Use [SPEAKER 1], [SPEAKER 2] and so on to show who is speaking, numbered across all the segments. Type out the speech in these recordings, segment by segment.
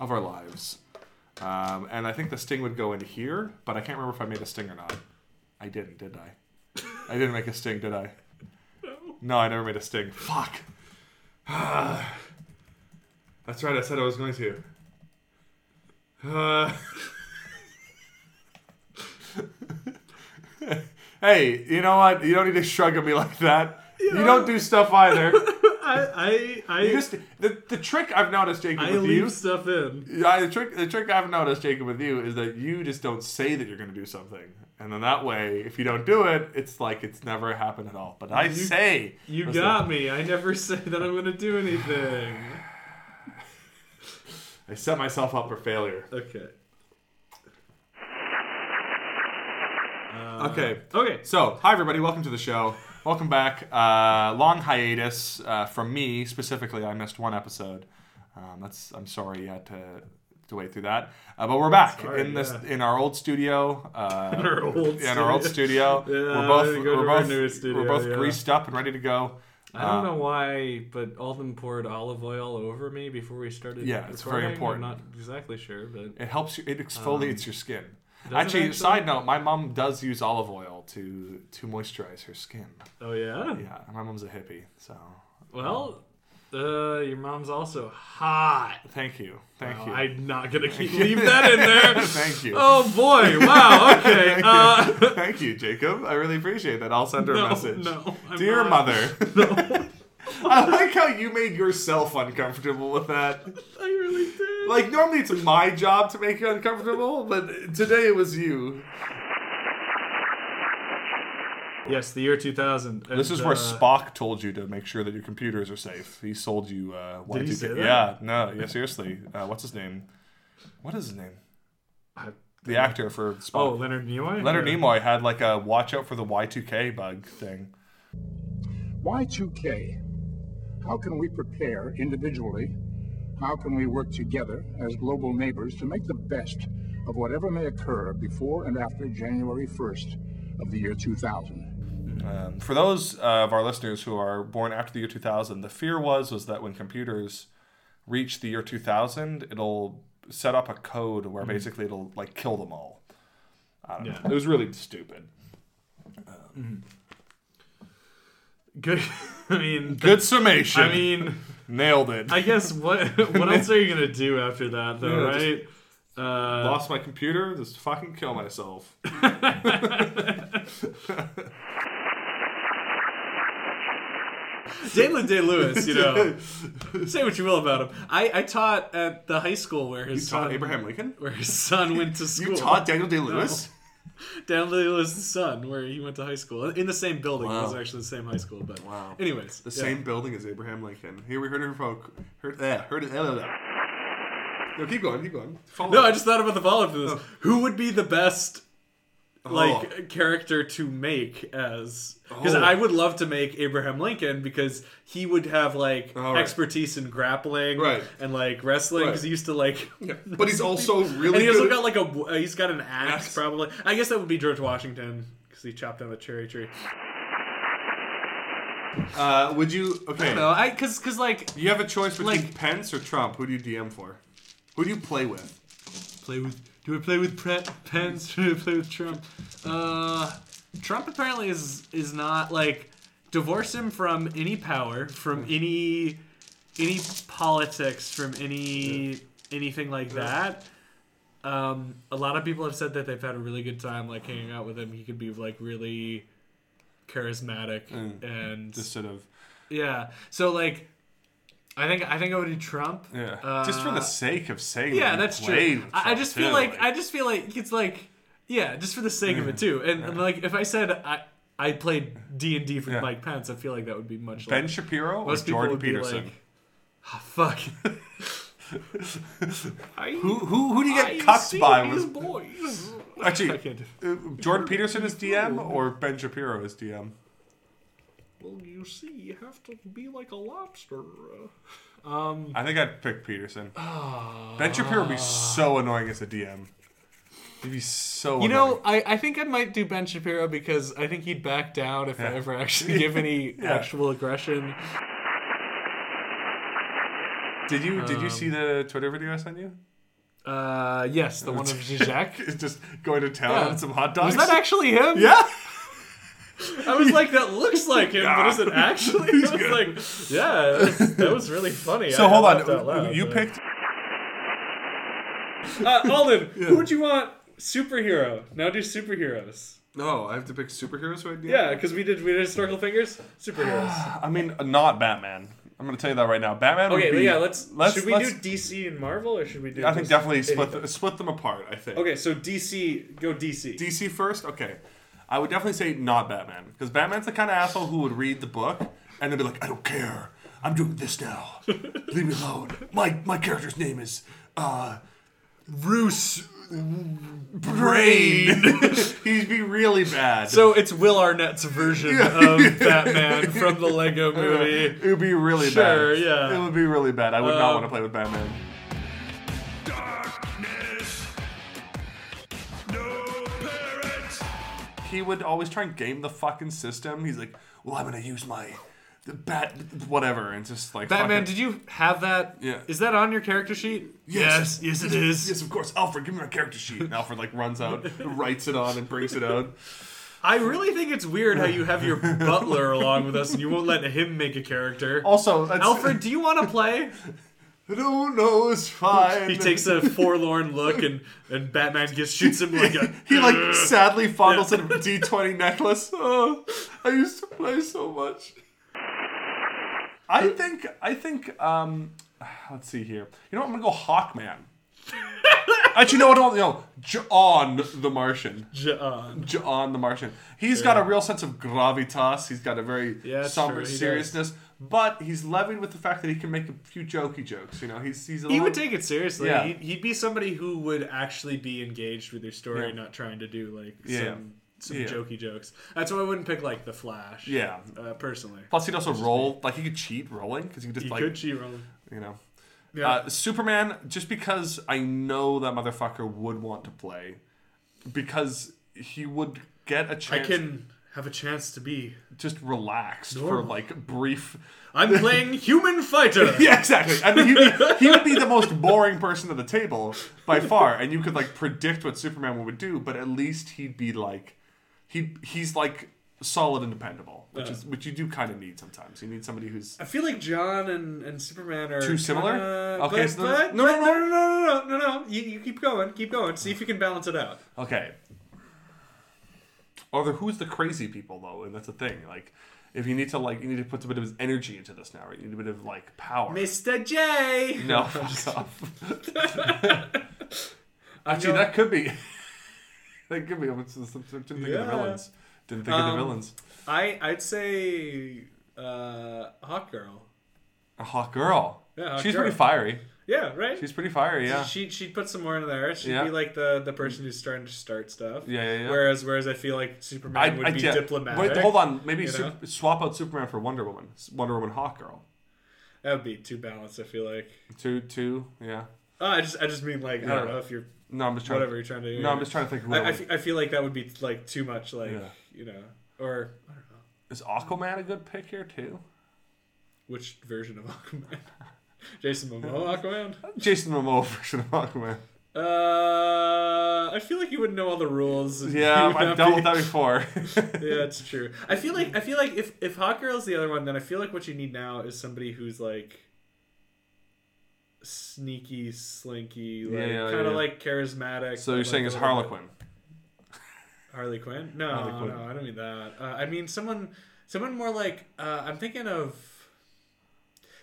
[SPEAKER 1] of our lives. Um, and I think the sting would go in here, but I can't remember if I made a sting or not. I didn't, did I? I didn't make a sting, did I? No. No, I never made a sting. Fuck. That's right. I said I was going to. Uh... hey, you know what? You don't need to shrug at me like that. You don't do stuff either.
[SPEAKER 2] I I I,
[SPEAKER 1] You just the, the trick I've noticed, Jacob,
[SPEAKER 2] I
[SPEAKER 1] with
[SPEAKER 2] leave
[SPEAKER 1] you.
[SPEAKER 2] stuff in.
[SPEAKER 1] Yeah, the trick the trick I've noticed, Jacob, with you is that you just don't say that you're going to do something, and then that way, if you don't do it, it's like it's never happened at all. But I say
[SPEAKER 2] You
[SPEAKER 1] Listen,
[SPEAKER 2] got me. I never say that I'm gonna do anything.
[SPEAKER 1] I set myself up for failure.
[SPEAKER 2] Okay.
[SPEAKER 1] Okay.
[SPEAKER 2] Okay.
[SPEAKER 1] So, hi everybody, welcome to the show. Welcome back. Uh, long hiatus uh, from me specifically. I missed one episode. Um, that's I'm sorry you had to to wait through that, uh, but we're back
[SPEAKER 2] Sorry,
[SPEAKER 1] in this
[SPEAKER 2] yeah.
[SPEAKER 1] in our old studio. Uh, in
[SPEAKER 2] our old
[SPEAKER 1] in our old
[SPEAKER 2] studio.
[SPEAKER 1] studio.
[SPEAKER 2] Yeah,
[SPEAKER 1] we're both
[SPEAKER 2] we go to
[SPEAKER 1] we're
[SPEAKER 2] our
[SPEAKER 1] both,
[SPEAKER 2] new studio,
[SPEAKER 1] we're both
[SPEAKER 2] yeah.
[SPEAKER 1] greased up and ready to go. Um,
[SPEAKER 2] I
[SPEAKER 1] Uh,
[SPEAKER 2] don't know why, but Alden poured olive oil over me before we started.
[SPEAKER 1] Yeah, it's very
[SPEAKER 2] recording.
[SPEAKER 1] important.
[SPEAKER 2] I'm not exactly sure, but
[SPEAKER 1] It helps you. It exfoliates your skin.
[SPEAKER 2] Um, does it
[SPEAKER 1] Actually,
[SPEAKER 2] actually?
[SPEAKER 1] side note, my mom does use olive oil to to moisturize her skin.
[SPEAKER 2] oh yeah.
[SPEAKER 1] Yeah, my mom's a hippie, so
[SPEAKER 2] Well, uh, your mom's also hot.
[SPEAKER 1] Thank you. Thank
[SPEAKER 2] Wow,
[SPEAKER 1] you.
[SPEAKER 2] I'm not gonna keep leave that in there.
[SPEAKER 1] Thank you.
[SPEAKER 2] Oh boy! Wow. Okay. Uh,
[SPEAKER 1] Thank you, Jacob. I really appreciate that. I'll send her
[SPEAKER 2] no,
[SPEAKER 1] a message.
[SPEAKER 2] no. I'm
[SPEAKER 1] Dear
[SPEAKER 2] not.
[SPEAKER 1] mother. I like how you made yourself uncomfortable with that.
[SPEAKER 2] I really did.
[SPEAKER 1] Like normally it's my job to make you uncomfortable, but today it was you.
[SPEAKER 2] Yes, the year 2000. and,
[SPEAKER 1] This is where
[SPEAKER 2] uh,
[SPEAKER 1] Spock told you to make sure that your computers are safe. He sold you uh
[SPEAKER 2] Did he
[SPEAKER 1] Y2K.
[SPEAKER 2] say that?
[SPEAKER 1] Yeah, no, yeah, seriously. Uh, what's his name? What is his name?
[SPEAKER 2] I-
[SPEAKER 1] The actor for Spock.
[SPEAKER 2] Oh, Leonard Nimoy.
[SPEAKER 1] Leonard
[SPEAKER 2] Yeah.
[SPEAKER 1] Nimoy had like a watch out for the Y2K bug thing.
[SPEAKER 3] Y2K. How can we prepare individually? How can we work together as global neighbors to make the best of whatever may occur before and after January 1st of the year 2000?
[SPEAKER 1] Um, for those uh, of our listeners who are born after the year 2000, the fear was was that when computers reach the year 2000, it'll set up a code where basically it'll like kill them all. I don't
[SPEAKER 2] Yeah.
[SPEAKER 1] know. Mm-hmm. It was really stupid.
[SPEAKER 2] Good. I mean,
[SPEAKER 1] Good summation.
[SPEAKER 2] I mean,
[SPEAKER 1] nailed it.
[SPEAKER 2] I guess what what else are you gonna do after that though,
[SPEAKER 1] Yeah, just-
[SPEAKER 2] right? Uh,
[SPEAKER 1] lost my computer. Just fucking kill myself.
[SPEAKER 2] Daylen Day Lewis, you know, say what you will about him. I, I taught at the high school where his
[SPEAKER 1] You taught
[SPEAKER 2] son,
[SPEAKER 1] Abraham Lincoln.
[SPEAKER 2] where his son went to school.
[SPEAKER 1] You taught Daniel Day Lewis.
[SPEAKER 2] Daylen Day Lewis's son where he went to high school in the same building. It was
[SPEAKER 1] Wow.
[SPEAKER 2] actually the same high school, but
[SPEAKER 1] Wow.
[SPEAKER 2] Anyways,
[SPEAKER 1] The same building as Abraham Lincoln. Here we heard it from heard eh, heard it. eh, eh, eh. No, keep going, keep going. Follow
[SPEAKER 2] No, I
[SPEAKER 1] up.
[SPEAKER 2] just thought about the follow up to this. Who would be the best like
[SPEAKER 1] Oh.
[SPEAKER 2] character to make as because
[SPEAKER 1] Oh.
[SPEAKER 2] I would love to make Abraham Lincoln because he would have like
[SPEAKER 1] All right.
[SPEAKER 2] expertise in grappling
[SPEAKER 1] Right.
[SPEAKER 2] and like wrestling because
[SPEAKER 1] Right.
[SPEAKER 2] he used to like
[SPEAKER 1] Yeah, But he's also really
[SPEAKER 2] and he also
[SPEAKER 1] good.
[SPEAKER 2] got like a w- uh, he's got an axe
[SPEAKER 1] Axe.
[SPEAKER 2] probably I guess that would be George Washington because he chopped down the cherry tree.
[SPEAKER 1] Uh, would you? Okay.
[SPEAKER 2] No, I because because like
[SPEAKER 1] You have a choice between
[SPEAKER 2] Like-
[SPEAKER 1] Pence or Trump. Who do you DM for? Who do you play with?
[SPEAKER 2] play with do I play with pre- Pence? Do I play with Trump? Uh, Trump apparently is is not like divorce him from any power, from any any politics, from any anything like that. Um, a lot of people have said that they've had a really good time like hanging out with him. He could be like really charismatic and
[SPEAKER 1] Just sort of.
[SPEAKER 2] yeah. So like, I think I think I would do Trump.
[SPEAKER 1] Yeah.
[SPEAKER 2] Uh,
[SPEAKER 1] just for the sake of saying.
[SPEAKER 2] Yeah,
[SPEAKER 1] that you
[SPEAKER 2] that's
[SPEAKER 1] played
[SPEAKER 2] true.
[SPEAKER 1] with
[SPEAKER 2] I, I
[SPEAKER 1] Trump,
[SPEAKER 2] just feel
[SPEAKER 1] too,
[SPEAKER 2] like, I just feel like it's like yeah, just for the sake of it too. And, and like if I said I I played D and D for
[SPEAKER 1] Yeah.
[SPEAKER 2] Mike Pence, I feel like that would be much.
[SPEAKER 1] Ben
[SPEAKER 2] like,
[SPEAKER 1] Shapiro or
[SPEAKER 2] most people
[SPEAKER 1] Jordan
[SPEAKER 2] would be
[SPEAKER 1] Peterson.
[SPEAKER 2] like, "Ah, fuck.
[SPEAKER 1] who who who do you
[SPEAKER 2] I
[SPEAKER 1] get cucked
[SPEAKER 2] see
[SPEAKER 1] by?
[SPEAKER 2] these
[SPEAKER 1] With,
[SPEAKER 2] boys. I
[SPEAKER 1] actually,
[SPEAKER 2] can't. do-
[SPEAKER 1] uh, Jordan Peterson is DM or Ben Shapiro is DM.
[SPEAKER 2] Well, you see, you have to be like a lobster.
[SPEAKER 1] I think I'd pick Peterson. ben Shapiro would be so annoying as a DM. He'd be so.
[SPEAKER 2] You
[SPEAKER 1] annoying.
[SPEAKER 2] know, I, I think I might do Ben Shapiro because I think he'd back down if I ever actually give any
[SPEAKER 1] Yeah.
[SPEAKER 2] actual aggression.
[SPEAKER 1] Did you did
[SPEAKER 2] um,
[SPEAKER 1] you see the Twitter video I sent you?
[SPEAKER 2] Uh, yes, the one of Zizek.
[SPEAKER 1] It's just going to town
[SPEAKER 2] Yeah.
[SPEAKER 1] on some hot
[SPEAKER 2] Was
[SPEAKER 1] dogs.
[SPEAKER 2] that actually him?
[SPEAKER 1] yeah.
[SPEAKER 2] I was like, that looks like him, but is it actually? I was
[SPEAKER 1] good.
[SPEAKER 2] like, yeah, that's- that was really funny.
[SPEAKER 1] So
[SPEAKER 2] I
[SPEAKER 1] hold
[SPEAKER 2] laughed out
[SPEAKER 1] on.
[SPEAKER 2] loud,
[SPEAKER 1] You
[SPEAKER 2] but-
[SPEAKER 1] picked
[SPEAKER 2] uh, Alden. Who would you want superhero? Now do superheroes.
[SPEAKER 4] No, Oh, I have to pick superheroes right now.
[SPEAKER 2] Yeah, because we did we did historical fingers superheroes.
[SPEAKER 1] I mean, not Batman. I'm gonna tell you that right now. Batman.
[SPEAKER 2] Okay,
[SPEAKER 1] would
[SPEAKER 2] but
[SPEAKER 1] be,
[SPEAKER 2] yeah, let's,
[SPEAKER 1] let's
[SPEAKER 2] should we
[SPEAKER 1] let's-
[SPEAKER 2] do DC and Marvel or should we do?
[SPEAKER 1] I think
[SPEAKER 2] just
[SPEAKER 1] definitely split
[SPEAKER 2] anything?
[SPEAKER 1] th- split them apart. I think.
[SPEAKER 2] Okay, so DC go DC.
[SPEAKER 1] DC first. Okay, I would definitely say not Batman because Batman's the kind of asshole who would read the book and then be like, I don't care. I'm doing this now. Leave me alone. My my character's name is uh
[SPEAKER 2] Bruce.
[SPEAKER 1] Brain. He'd be really bad.
[SPEAKER 2] So it's Will Arnett's version of Batman from the Lego Movie.
[SPEAKER 1] it would be really
[SPEAKER 2] Sure,
[SPEAKER 1] bad.
[SPEAKER 2] yeah.
[SPEAKER 1] It would be really bad. I would not
[SPEAKER 2] Um,
[SPEAKER 1] want to play with Batman. He would always try and game the fucking system. He's like, "Well, I'm gonna use my the bat, whatever," and just like
[SPEAKER 2] Batman,
[SPEAKER 1] fucking-
[SPEAKER 2] did you have that?
[SPEAKER 1] Yeah.
[SPEAKER 2] Is that on your character sheet?
[SPEAKER 1] Yes.
[SPEAKER 2] yes, it is.
[SPEAKER 1] Yes, of course. Alfred, give me my character sheet. And Alfred like runs out, writes it on, and brings it out.
[SPEAKER 2] I really think it's weird how you have your butler along with us and you won't let him make a character.
[SPEAKER 1] Also, that's,
[SPEAKER 2] Alfred, do you want to play?
[SPEAKER 1] who knows? Fine.
[SPEAKER 2] He takes a forlorn look and, and Batman gets shoots him like a
[SPEAKER 1] He like sadly fondles a D twenty necklace. Oh, I used to play so much.
[SPEAKER 2] Uh,
[SPEAKER 1] I think I think um let's see here. You know what? I'm gonna go Hawkman. Actually, no, no, no. John the Martian.
[SPEAKER 2] John.
[SPEAKER 1] John the Martian. He's got a real sense of gravitas. He's got a very
[SPEAKER 2] Yeah, that's
[SPEAKER 1] somber
[SPEAKER 2] true, he
[SPEAKER 1] seriousness, but he's levied with the fact that he can make a few jokey jokes. You know, he's he's a
[SPEAKER 2] He
[SPEAKER 1] little-
[SPEAKER 2] would take it seriously.
[SPEAKER 1] Yeah.
[SPEAKER 2] He'd, he'd be somebody who would actually be engaged with your story,
[SPEAKER 1] Yeah.
[SPEAKER 2] not trying to do like
[SPEAKER 1] Yeah.
[SPEAKER 2] some some
[SPEAKER 1] Yeah.
[SPEAKER 2] jokey jokes. That's why I wouldn't pick like the Flash.
[SPEAKER 1] yeah.
[SPEAKER 2] Uh, personally,
[SPEAKER 1] Plus, he'd also roll like he could cheat rolling because he could just
[SPEAKER 2] he
[SPEAKER 1] like
[SPEAKER 2] could cheat on.
[SPEAKER 1] you know.
[SPEAKER 2] Yeah.
[SPEAKER 1] Uh, Superman, just because I know that motherfucker would want to play, because he would get a
[SPEAKER 2] I
[SPEAKER 1] chance
[SPEAKER 2] can have a chance to be.
[SPEAKER 1] just relaxed
[SPEAKER 2] Normal.
[SPEAKER 1] for like brief.
[SPEAKER 2] I'm playing human fighter.
[SPEAKER 1] Yeah, exactly. I mean, he'd be, he would be the most boring person at the table by far, and you could like predict what Superman would do, but at least he'd be like, he he's like solid and dependable, which is which you do kind of need sometimes. You need somebody who's
[SPEAKER 2] I feel like John and, and Superman are
[SPEAKER 1] Too similar?
[SPEAKER 2] kinda-
[SPEAKER 1] Okay,
[SPEAKER 2] but-
[SPEAKER 1] so then-
[SPEAKER 2] but-
[SPEAKER 1] no,
[SPEAKER 2] but-
[SPEAKER 1] no,
[SPEAKER 2] no, no, no, no, no, no. You, you keep going, keep going. See if you can balance it out.
[SPEAKER 1] Okay. Or the, who's the crazy people though, and that's the thing. Like, if you need to like, you need to put a bit of energy into this now, right? You need a bit of like power.
[SPEAKER 2] Mr. J.
[SPEAKER 1] no, fuck off.
[SPEAKER 2] Actually,
[SPEAKER 1] Dude, that could be. that could be. I was- I didn't think of
[SPEAKER 2] Yeah.
[SPEAKER 1] the villains. Didn't think of
[SPEAKER 2] Um,
[SPEAKER 1] the villains.
[SPEAKER 2] I I'd say uh, hot girl.
[SPEAKER 1] A hot girl.
[SPEAKER 2] Yeah, hot
[SPEAKER 1] she's
[SPEAKER 2] girl.
[SPEAKER 1] pretty fiery.
[SPEAKER 2] Yeah, right.
[SPEAKER 1] She's pretty fiery. Yeah.
[SPEAKER 2] She she'd put some more in there. She'd
[SPEAKER 1] Yeah.
[SPEAKER 2] be like the, the person who's starting to start stuff.
[SPEAKER 1] Yeah, yeah, yeah.
[SPEAKER 2] Whereas whereas I feel like Superman would be
[SPEAKER 1] yeah.
[SPEAKER 2] diplomatic.
[SPEAKER 1] Wait, hold on. Maybe
[SPEAKER 2] you
[SPEAKER 1] su-
[SPEAKER 2] know?
[SPEAKER 1] swap out Superman for Wonder Woman. S- Wonder Woman, Hawk Girl.
[SPEAKER 2] That would be too balanced. I feel like.
[SPEAKER 1] Two, two. Yeah.
[SPEAKER 2] Oh, I just I just mean like I don't
[SPEAKER 1] Yeah.
[SPEAKER 2] know if you're
[SPEAKER 1] No, I'm just trying.
[SPEAKER 2] whatever you're trying to do.
[SPEAKER 1] No, I'm just trying to think. Who
[SPEAKER 2] I, I,
[SPEAKER 1] would-
[SPEAKER 2] fe- I feel like that would be like too much. Like
[SPEAKER 1] Yeah.
[SPEAKER 2] you know, or I don't know
[SPEAKER 1] Is Aquaman a good pick here too?
[SPEAKER 2] which version of Aquaman. Jason Momoa Aquaman.
[SPEAKER 1] Jason Momoa version of Aquaman.
[SPEAKER 2] Uh, I feel like you wouldn't know all the rules. and you
[SPEAKER 1] Yeah,
[SPEAKER 2] would
[SPEAKER 1] I've
[SPEAKER 2] not
[SPEAKER 1] dealt
[SPEAKER 2] be-
[SPEAKER 1] with that before.
[SPEAKER 2] yeah, it's true. I feel like I feel like if if Hot Girl's the other one, then I feel like what you need now is somebody who's like sneaky, slinky, like
[SPEAKER 1] Yeah, yeah,
[SPEAKER 2] kind of
[SPEAKER 1] yeah.
[SPEAKER 2] like charismatic.
[SPEAKER 1] so you're
[SPEAKER 2] but, like,
[SPEAKER 1] saying
[SPEAKER 2] a
[SPEAKER 1] it's
[SPEAKER 2] little
[SPEAKER 1] Harlequin?
[SPEAKER 2] bit- Harley Quinn? No,
[SPEAKER 1] Harley Quinn.
[SPEAKER 2] no, I don't mean that. Uh, I mean someone, someone more like uh, I'm thinking of.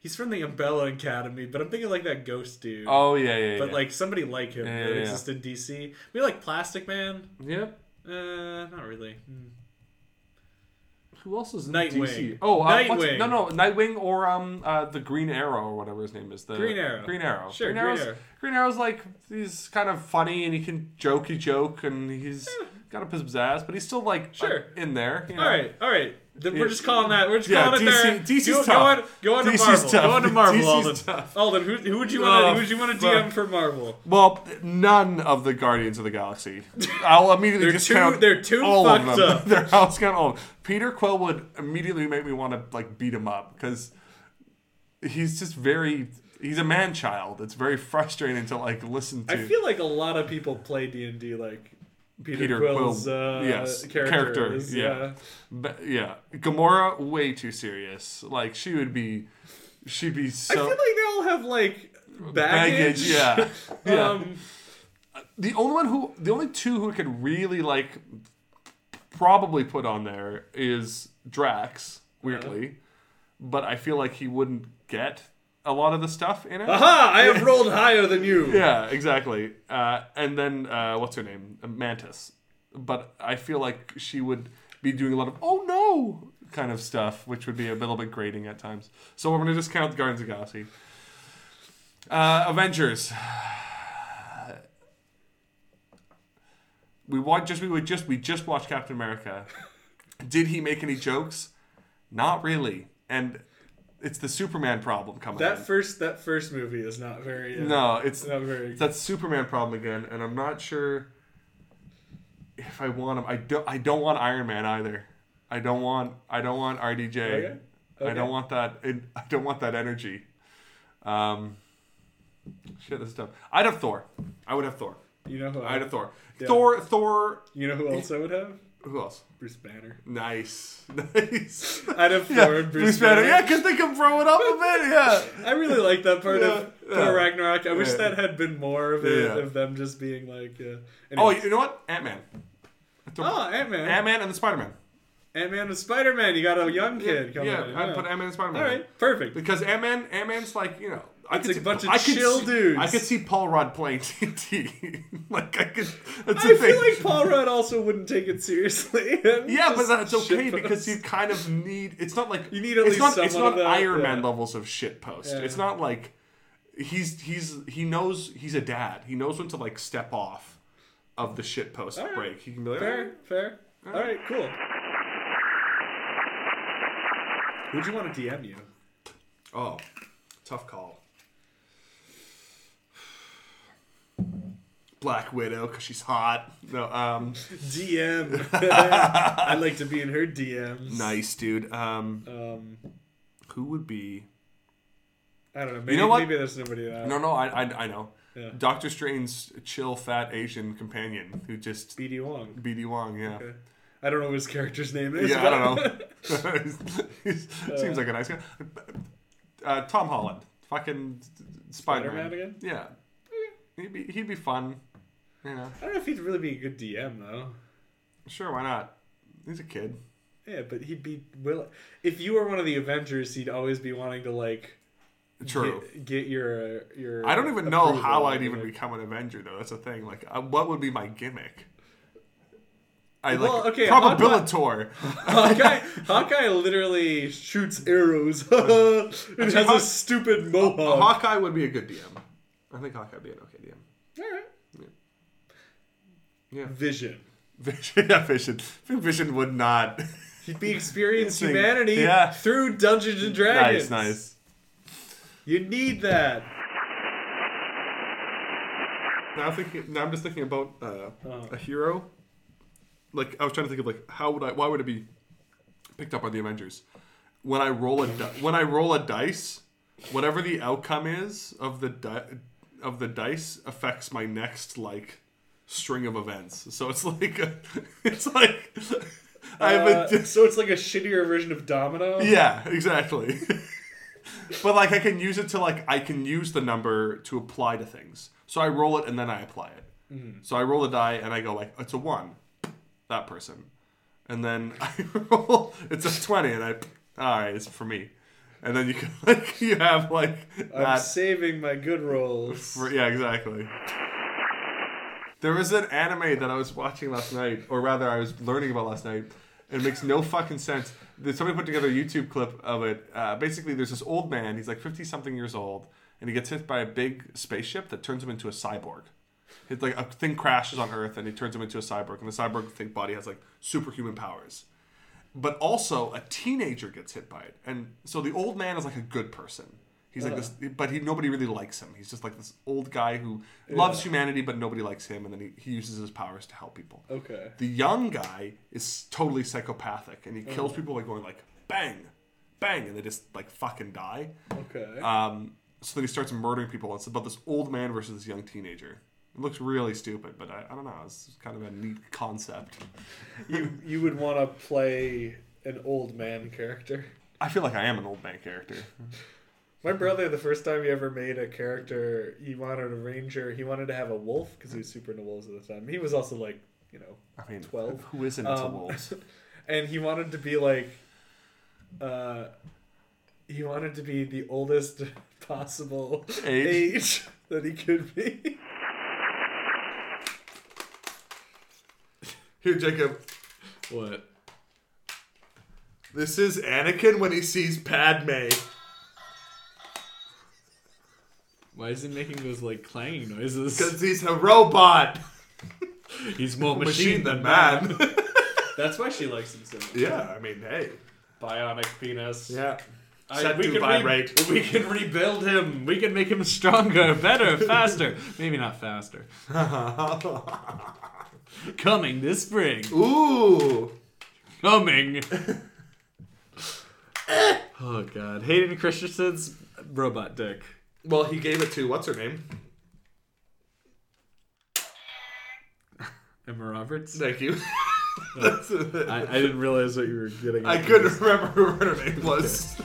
[SPEAKER 2] He's from the Umbrella Academy, but I'm thinking like that ghost dude.
[SPEAKER 1] Oh yeah, yeah, yeah.
[SPEAKER 2] But like somebody like him
[SPEAKER 1] Yeah,
[SPEAKER 2] that
[SPEAKER 1] yeah, yeah.
[SPEAKER 2] exists in DC, maybe like Plastic Man.
[SPEAKER 1] yep.
[SPEAKER 2] Uh, not really.
[SPEAKER 1] Mm.
[SPEAKER 2] Hmm.
[SPEAKER 1] Who else is in
[SPEAKER 2] Nightwing.
[SPEAKER 1] DC? Oh, uh, what's-
[SPEAKER 2] Nightwing.
[SPEAKER 1] no, no, Nightwing or um, uh, the Green Arrow or whatever his name is. The
[SPEAKER 2] Green Arrow.
[SPEAKER 1] Green Arrow.
[SPEAKER 2] Sure, Green
[SPEAKER 1] Arrow's,
[SPEAKER 2] Arrow.
[SPEAKER 1] Green Arrow's like he's kind of funny and he can jokey joke and he's got up his pizzazz, but he's still like
[SPEAKER 2] Eh.
[SPEAKER 1] uh,
[SPEAKER 2] Sure.
[SPEAKER 1] in there. You know?
[SPEAKER 2] All right, all right. Then
[SPEAKER 1] Yeah.
[SPEAKER 2] we're just calling that. We're just
[SPEAKER 1] Yeah,
[SPEAKER 2] calling it
[SPEAKER 1] DC
[SPEAKER 2] there.
[SPEAKER 1] DC's
[SPEAKER 2] go, Go
[SPEAKER 1] tough.
[SPEAKER 2] on, go on to
[SPEAKER 1] DC's
[SPEAKER 2] Marvel.
[SPEAKER 1] tough.
[SPEAKER 2] Go on to Marvel,
[SPEAKER 1] DC's
[SPEAKER 2] Alden.
[SPEAKER 1] tough.
[SPEAKER 2] Alden, who, who would you want? to
[SPEAKER 1] Oh,
[SPEAKER 2] who would you want to
[SPEAKER 1] fuck.
[SPEAKER 2] DM for Marvel?
[SPEAKER 1] Well, none of the Guardians of the Galaxy. I'll immediately
[SPEAKER 2] They're
[SPEAKER 1] discount
[SPEAKER 2] too- they're too
[SPEAKER 1] all of
[SPEAKER 2] fucked
[SPEAKER 1] them.
[SPEAKER 2] up.
[SPEAKER 1] They're I'll discount all. Of them. Peter Quill would immediately make me want to like beat him up because he's just very he's a man child. It's very frustrating to like listen to.
[SPEAKER 2] I feel like a lot of people play D and D like Peter,
[SPEAKER 1] Peter
[SPEAKER 2] Quill's
[SPEAKER 1] Quill,
[SPEAKER 2] uh,
[SPEAKER 1] yes,
[SPEAKER 2] character.
[SPEAKER 1] character,
[SPEAKER 2] is,
[SPEAKER 1] yeah. But yeah, Gamora way too serious. Like she would be, she'd be
[SPEAKER 2] I feel
[SPEAKER 1] so
[SPEAKER 2] like they all have like
[SPEAKER 1] baggage.
[SPEAKER 2] baggage.
[SPEAKER 1] Yeah, yeah.
[SPEAKER 2] Um,
[SPEAKER 1] the only one who, the only two who could really like probably put on there is Drax. Weirdly, but I feel like he wouldn't get a lot of the stuff in it.
[SPEAKER 2] Aha! I have rolled higher than you.
[SPEAKER 1] Yeah, exactly. Uh, and then uh, what's her name? Mantis. But I feel like she would be doing a lot of "oh no" kind of stuff, which would be a little bit grating at times. So we're gonna discount Guardians of the Galaxy. Uh, Avengers. We watched just we would just we just watched Captain America. Did he make any jokes? Not really. And it's the Superman problem coming.
[SPEAKER 2] That
[SPEAKER 1] in.
[SPEAKER 2] first that first movie is not very. Uh,
[SPEAKER 1] no, it's
[SPEAKER 2] Not very.
[SPEAKER 1] it's that Superman problem again, and I'm not sure if I want him. I don't. I don't want Iron Man either. I don't want. I don't want RDJ.
[SPEAKER 2] Okay.
[SPEAKER 1] I don't want that. It, I don't want that energy. Um, shit, this is tough. I'd have Thor. I would have Thor.
[SPEAKER 2] you know who
[SPEAKER 1] I'd
[SPEAKER 2] I,
[SPEAKER 1] have Thor.
[SPEAKER 2] Yeah.
[SPEAKER 1] Thor. Thor.
[SPEAKER 2] You know who else I would have?
[SPEAKER 1] Who else?
[SPEAKER 2] Bruce Banner.
[SPEAKER 1] Nice. Nice.
[SPEAKER 2] I'd have Thor
[SPEAKER 1] yeah,
[SPEAKER 2] and
[SPEAKER 1] Bruce, Banner. Yeah, because they can throw it up a bit. Yeah.
[SPEAKER 2] I really like that part of
[SPEAKER 1] Yeah,
[SPEAKER 2] Thor
[SPEAKER 1] yeah.
[SPEAKER 2] Ragnarok. I wish
[SPEAKER 1] Yeah.
[SPEAKER 2] that had been more of it,
[SPEAKER 1] Yeah.
[SPEAKER 2] of them just being like. Uh,
[SPEAKER 1] Oh,
[SPEAKER 2] anyways.
[SPEAKER 1] you know what? Ant Man.
[SPEAKER 2] oh, Ant Man.
[SPEAKER 1] Ant Man and the Spider Man.
[SPEAKER 2] Ant Man and Spider Man. You got a young kid coming.
[SPEAKER 1] Yeah,
[SPEAKER 2] in.
[SPEAKER 1] I put Ant Man and Spider Man.
[SPEAKER 2] All right, perfect.
[SPEAKER 1] Because Ant Man, Ant Man's like you know, I
[SPEAKER 2] It's
[SPEAKER 1] could
[SPEAKER 2] a bunch of
[SPEAKER 1] I could
[SPEAKER 2] chill
[SPEAKER 1] see,
[SPEAKER 2] dudes.
[SPEAKER 1] I could see Paul Rudd playing TNT. like I could. That's
[SPEAKER 2] I
[SPEAKER 1] the thing.
[SPEAKER 2] feel like Paul Rudd also wouldn't take it seriously.
[SPEAKER 1] yeah, but
[SPEAKER 2] Just
[SPEAKER 1] that's okay
[SPEAKER 2] shitpost.
[SPEAKER 1] because you kind of need. It's not like
[SPEAKER 2] You need at
[SPEAKER 1] it's
[SPEAKER 2] least
[SPEAKER 1] not, It's
[SPEAKER 2] someone
[SPEAKER 1] not
[SPEAKER 2] of that,
[SPEAKER 1] Iron Man
[SPEAKER 2] yeah.
[SPEAKER 1] levels of shit post.
[SPEAKER 2] Yeah.
[SPEAKER 1] It's not like he's he's he knows he's a dad. He knows when to like step off of the shit post
[SPEAKER 2] right.
[SPEAKER 1] break. He can be like,
[SPEAKER 2] Fair, fair. All right, cool. Would you want to DM you?
[SPEAKER 1] oh, tough call. Black Widow because she's hot. No, um.
[SPEAKER 2] DM. I'd like to be in her DMs.
[SPEAKER 1] Nice, dude. Um,
[SPEAKER 2] Um,
[SPEAKER 1] who would be?
[SPEAKER 2] I don't know. Maybe,
[SPEAKER 1] know what?
[SPEAKER 2] maybe there's nobody uh, that
[SPEAKER 1] No, no, I, I, I know.
[SPEAKER 2] Yeah.
[SPEAKER 1] Doctor Strange's chill, fat Asian companion who just
[SPEAKER 2] BD Wong.
[SPEAKER 1] BD Wong. Yeah,
[SPEAKER 2] Okay. I don't know what his character's name is.
[SPEAKER 1] yeah,
[SPEAKER 2] but-
[SPEAKER 1] I don't know. He seems like a nice guy. Uh, Tom Holland, fucking Spider Man
[SPEAKER 2] Spider-Man again?
[SPEAKER 1] Yeah, he'd be he'd be fun. You know,
[SPEAKER 2] I don't know if he'd really be a good DM though.
[SPEAKER 1] sure, why not? He's a kid.
[SPEAKER 2] Yeah, but he'd be will. If you were one of the Avengers, he'd always be wanting to like
[SPEAKER 1] True.
[SPEAKER 2] Get, get your uh, your.
[SPEAKER 1] I don't even know
[SPEAKER 2] approval
[SPEAKER 1] how I'd
[SPEAKER 2] and
[SPEAKER 1] even
[SPEAKER 2] everything.
[SPEAKER 1] become an Avenger, though. That's the thing. Like, uh, what would be my gimmick? I like
[SPEAKER 2] Well, okay,
[SPEAKER 1] probabilitor.
[SPEAKER 2] Hawkeye, Hawkeye literally shoots arrows. and has
[SPEAKER 1] Haw-
[SPEAKER 2] a stupid mohawk.
[SPEAKER 1] Hawkeye would be a good DM. I think Hawkeye would be an okay DM.
[SPEAKER 2] All right.
[SPEAKER 1] Yeah.
[SPEAKER 2] Vision.
[SPEAKER 1] Vision, yeah, Vision. Vision would not.
[SPEAKER 2] He'd be experienced
[SPEAKER 1] Interesting.
[SPEAKER 2] humanity
[SPEAKER 1] Yeah.
[SPEAKER 2] through Dungeons and
[SPEAKER 1] nice,
[SPEAKER 2] Dragons.
[SPEAKER 1] nice.
[SPEAKER 2] You need that.
[SPEAKER 1] Now I'm thinking. Now I'm just thinking about uh, a hero. Like I was trying to think of like how would I? Why would it be picked up by the Avengers? When I roll a di- when I roll a dice, whatever the outcome is of the di- of the dice affects my next like string of events. So it's like a, it's like I have
[SPEAKER 2] Uh,
[SPEAKER 1] a dis-
[SPEAKER 2] so it's like a shittier version of Domino.
[SPEAKER 1] Yeah, exactly. but like I can use it to like I can use the number to apply to things. So I roll it and then I apply it. So I roll the die and I go like it's a one, that person, and then I roll it's a twenty and I all right it's for me, and then you can like you have like
[SPEAKER 2] I'm
[SPEAKER 1] that
[SPEAKER 2] saving my good rolls.
[SPEAKER 1] for- yeah exactly. There was an anime that I was watching last night, or rather, I was learning about last night. and It makes no fucking sense. That Somebody put together a YouTube clip of it. Uh, basically, there's this old man. He's like 50 something years old, and he gets hit by a big spaceship that turns him into a cyborg. It's like a thing crashes on Earth, and it turns him into a cyborg. And the cyborg thing body has like superhuman powers. But also, a teenager gets hit by it, and so the old man is like a good person. He's like this, but he nobody really likes him. He's just like this old guy who loves humanity, but nobody likes him. And then he, he uses his powers to help people.
[SPEAKER 2] Okay.
[SPEAKER 1] The young guy is totally psychopathic, and he kills people by going like bang, bang, and they just like fucking die.
[SPEAKER 2] Okay.
[SPEAKER 1] Um, so that he starts murdering people. It's about this old man versus this young teenager. It looks really stupid, but I, I don't know. It's kind of a neat concept.
[SPEAKER 5] You you would want to play an old man character.
[SPEAKER 1] I feel like I am an old man character.
[SPEAKER 5] My brother, the first time he ever made a character, he wanted a ranger. He wanted to have a wolf because he was super into wolves at the time. He was also like, you know,
[SPEAKER 1] I mean,
[SPEAKER 5] 12.
[SPEAKER 1] Who isn't into
[SPEAKER 5] Um,
[SPEAKER 1] wolves?
[SPEAKER 5] and he wanted to be like, uh, he wanted to be the oldest possible
[SPEAKER 1] Age.
[SPEAKER 5] age that he could be.
[SPEAKER 4] Here, Jacob.
[SPEAKER 2] What?
[SPEAKER 4] This is Anakin when he sees Padme.
[SPEAKER 2] Why is he making those like clanging noises?
[SPEAKER 4] Because he's a robot.
[SPEAKER 2] He's more
[SPEAKER 4] Machine than man.
[SPEAKER 2] That's why she likes him so much.
[SPEAKER 4] yeah, I mean, hey.
[SPEAKER 2] Bionic penis.
[SPEAKER 4] Yeah.
[SPEAKER 2] I-
[SPEAKER 4] Set to
[SPEAKER 2] can re-
[SPEAKER 4] vibrate.
[SPEAKER 2] we can rebuild him. We can make him stronger, better, faster. Maybe not faster. Coming this spring.
[SPEAKER 4] Ooh.
[SPEAKER 2] Coming. oh god, Hayden Christensen's robot dick.
[SPEAKER 4] Well, he gave it to what's her name?
[SPEAKER 2] Emma Roberts.
[SPEAKER 4] Thank you. That's-
[SPEAKER 2] Uh, I, I didn't realize what you were getting.
[SPEAKER 4] I
[SPEAKER 2] at.
[SPEAKER 4] couldn't remember what her name was.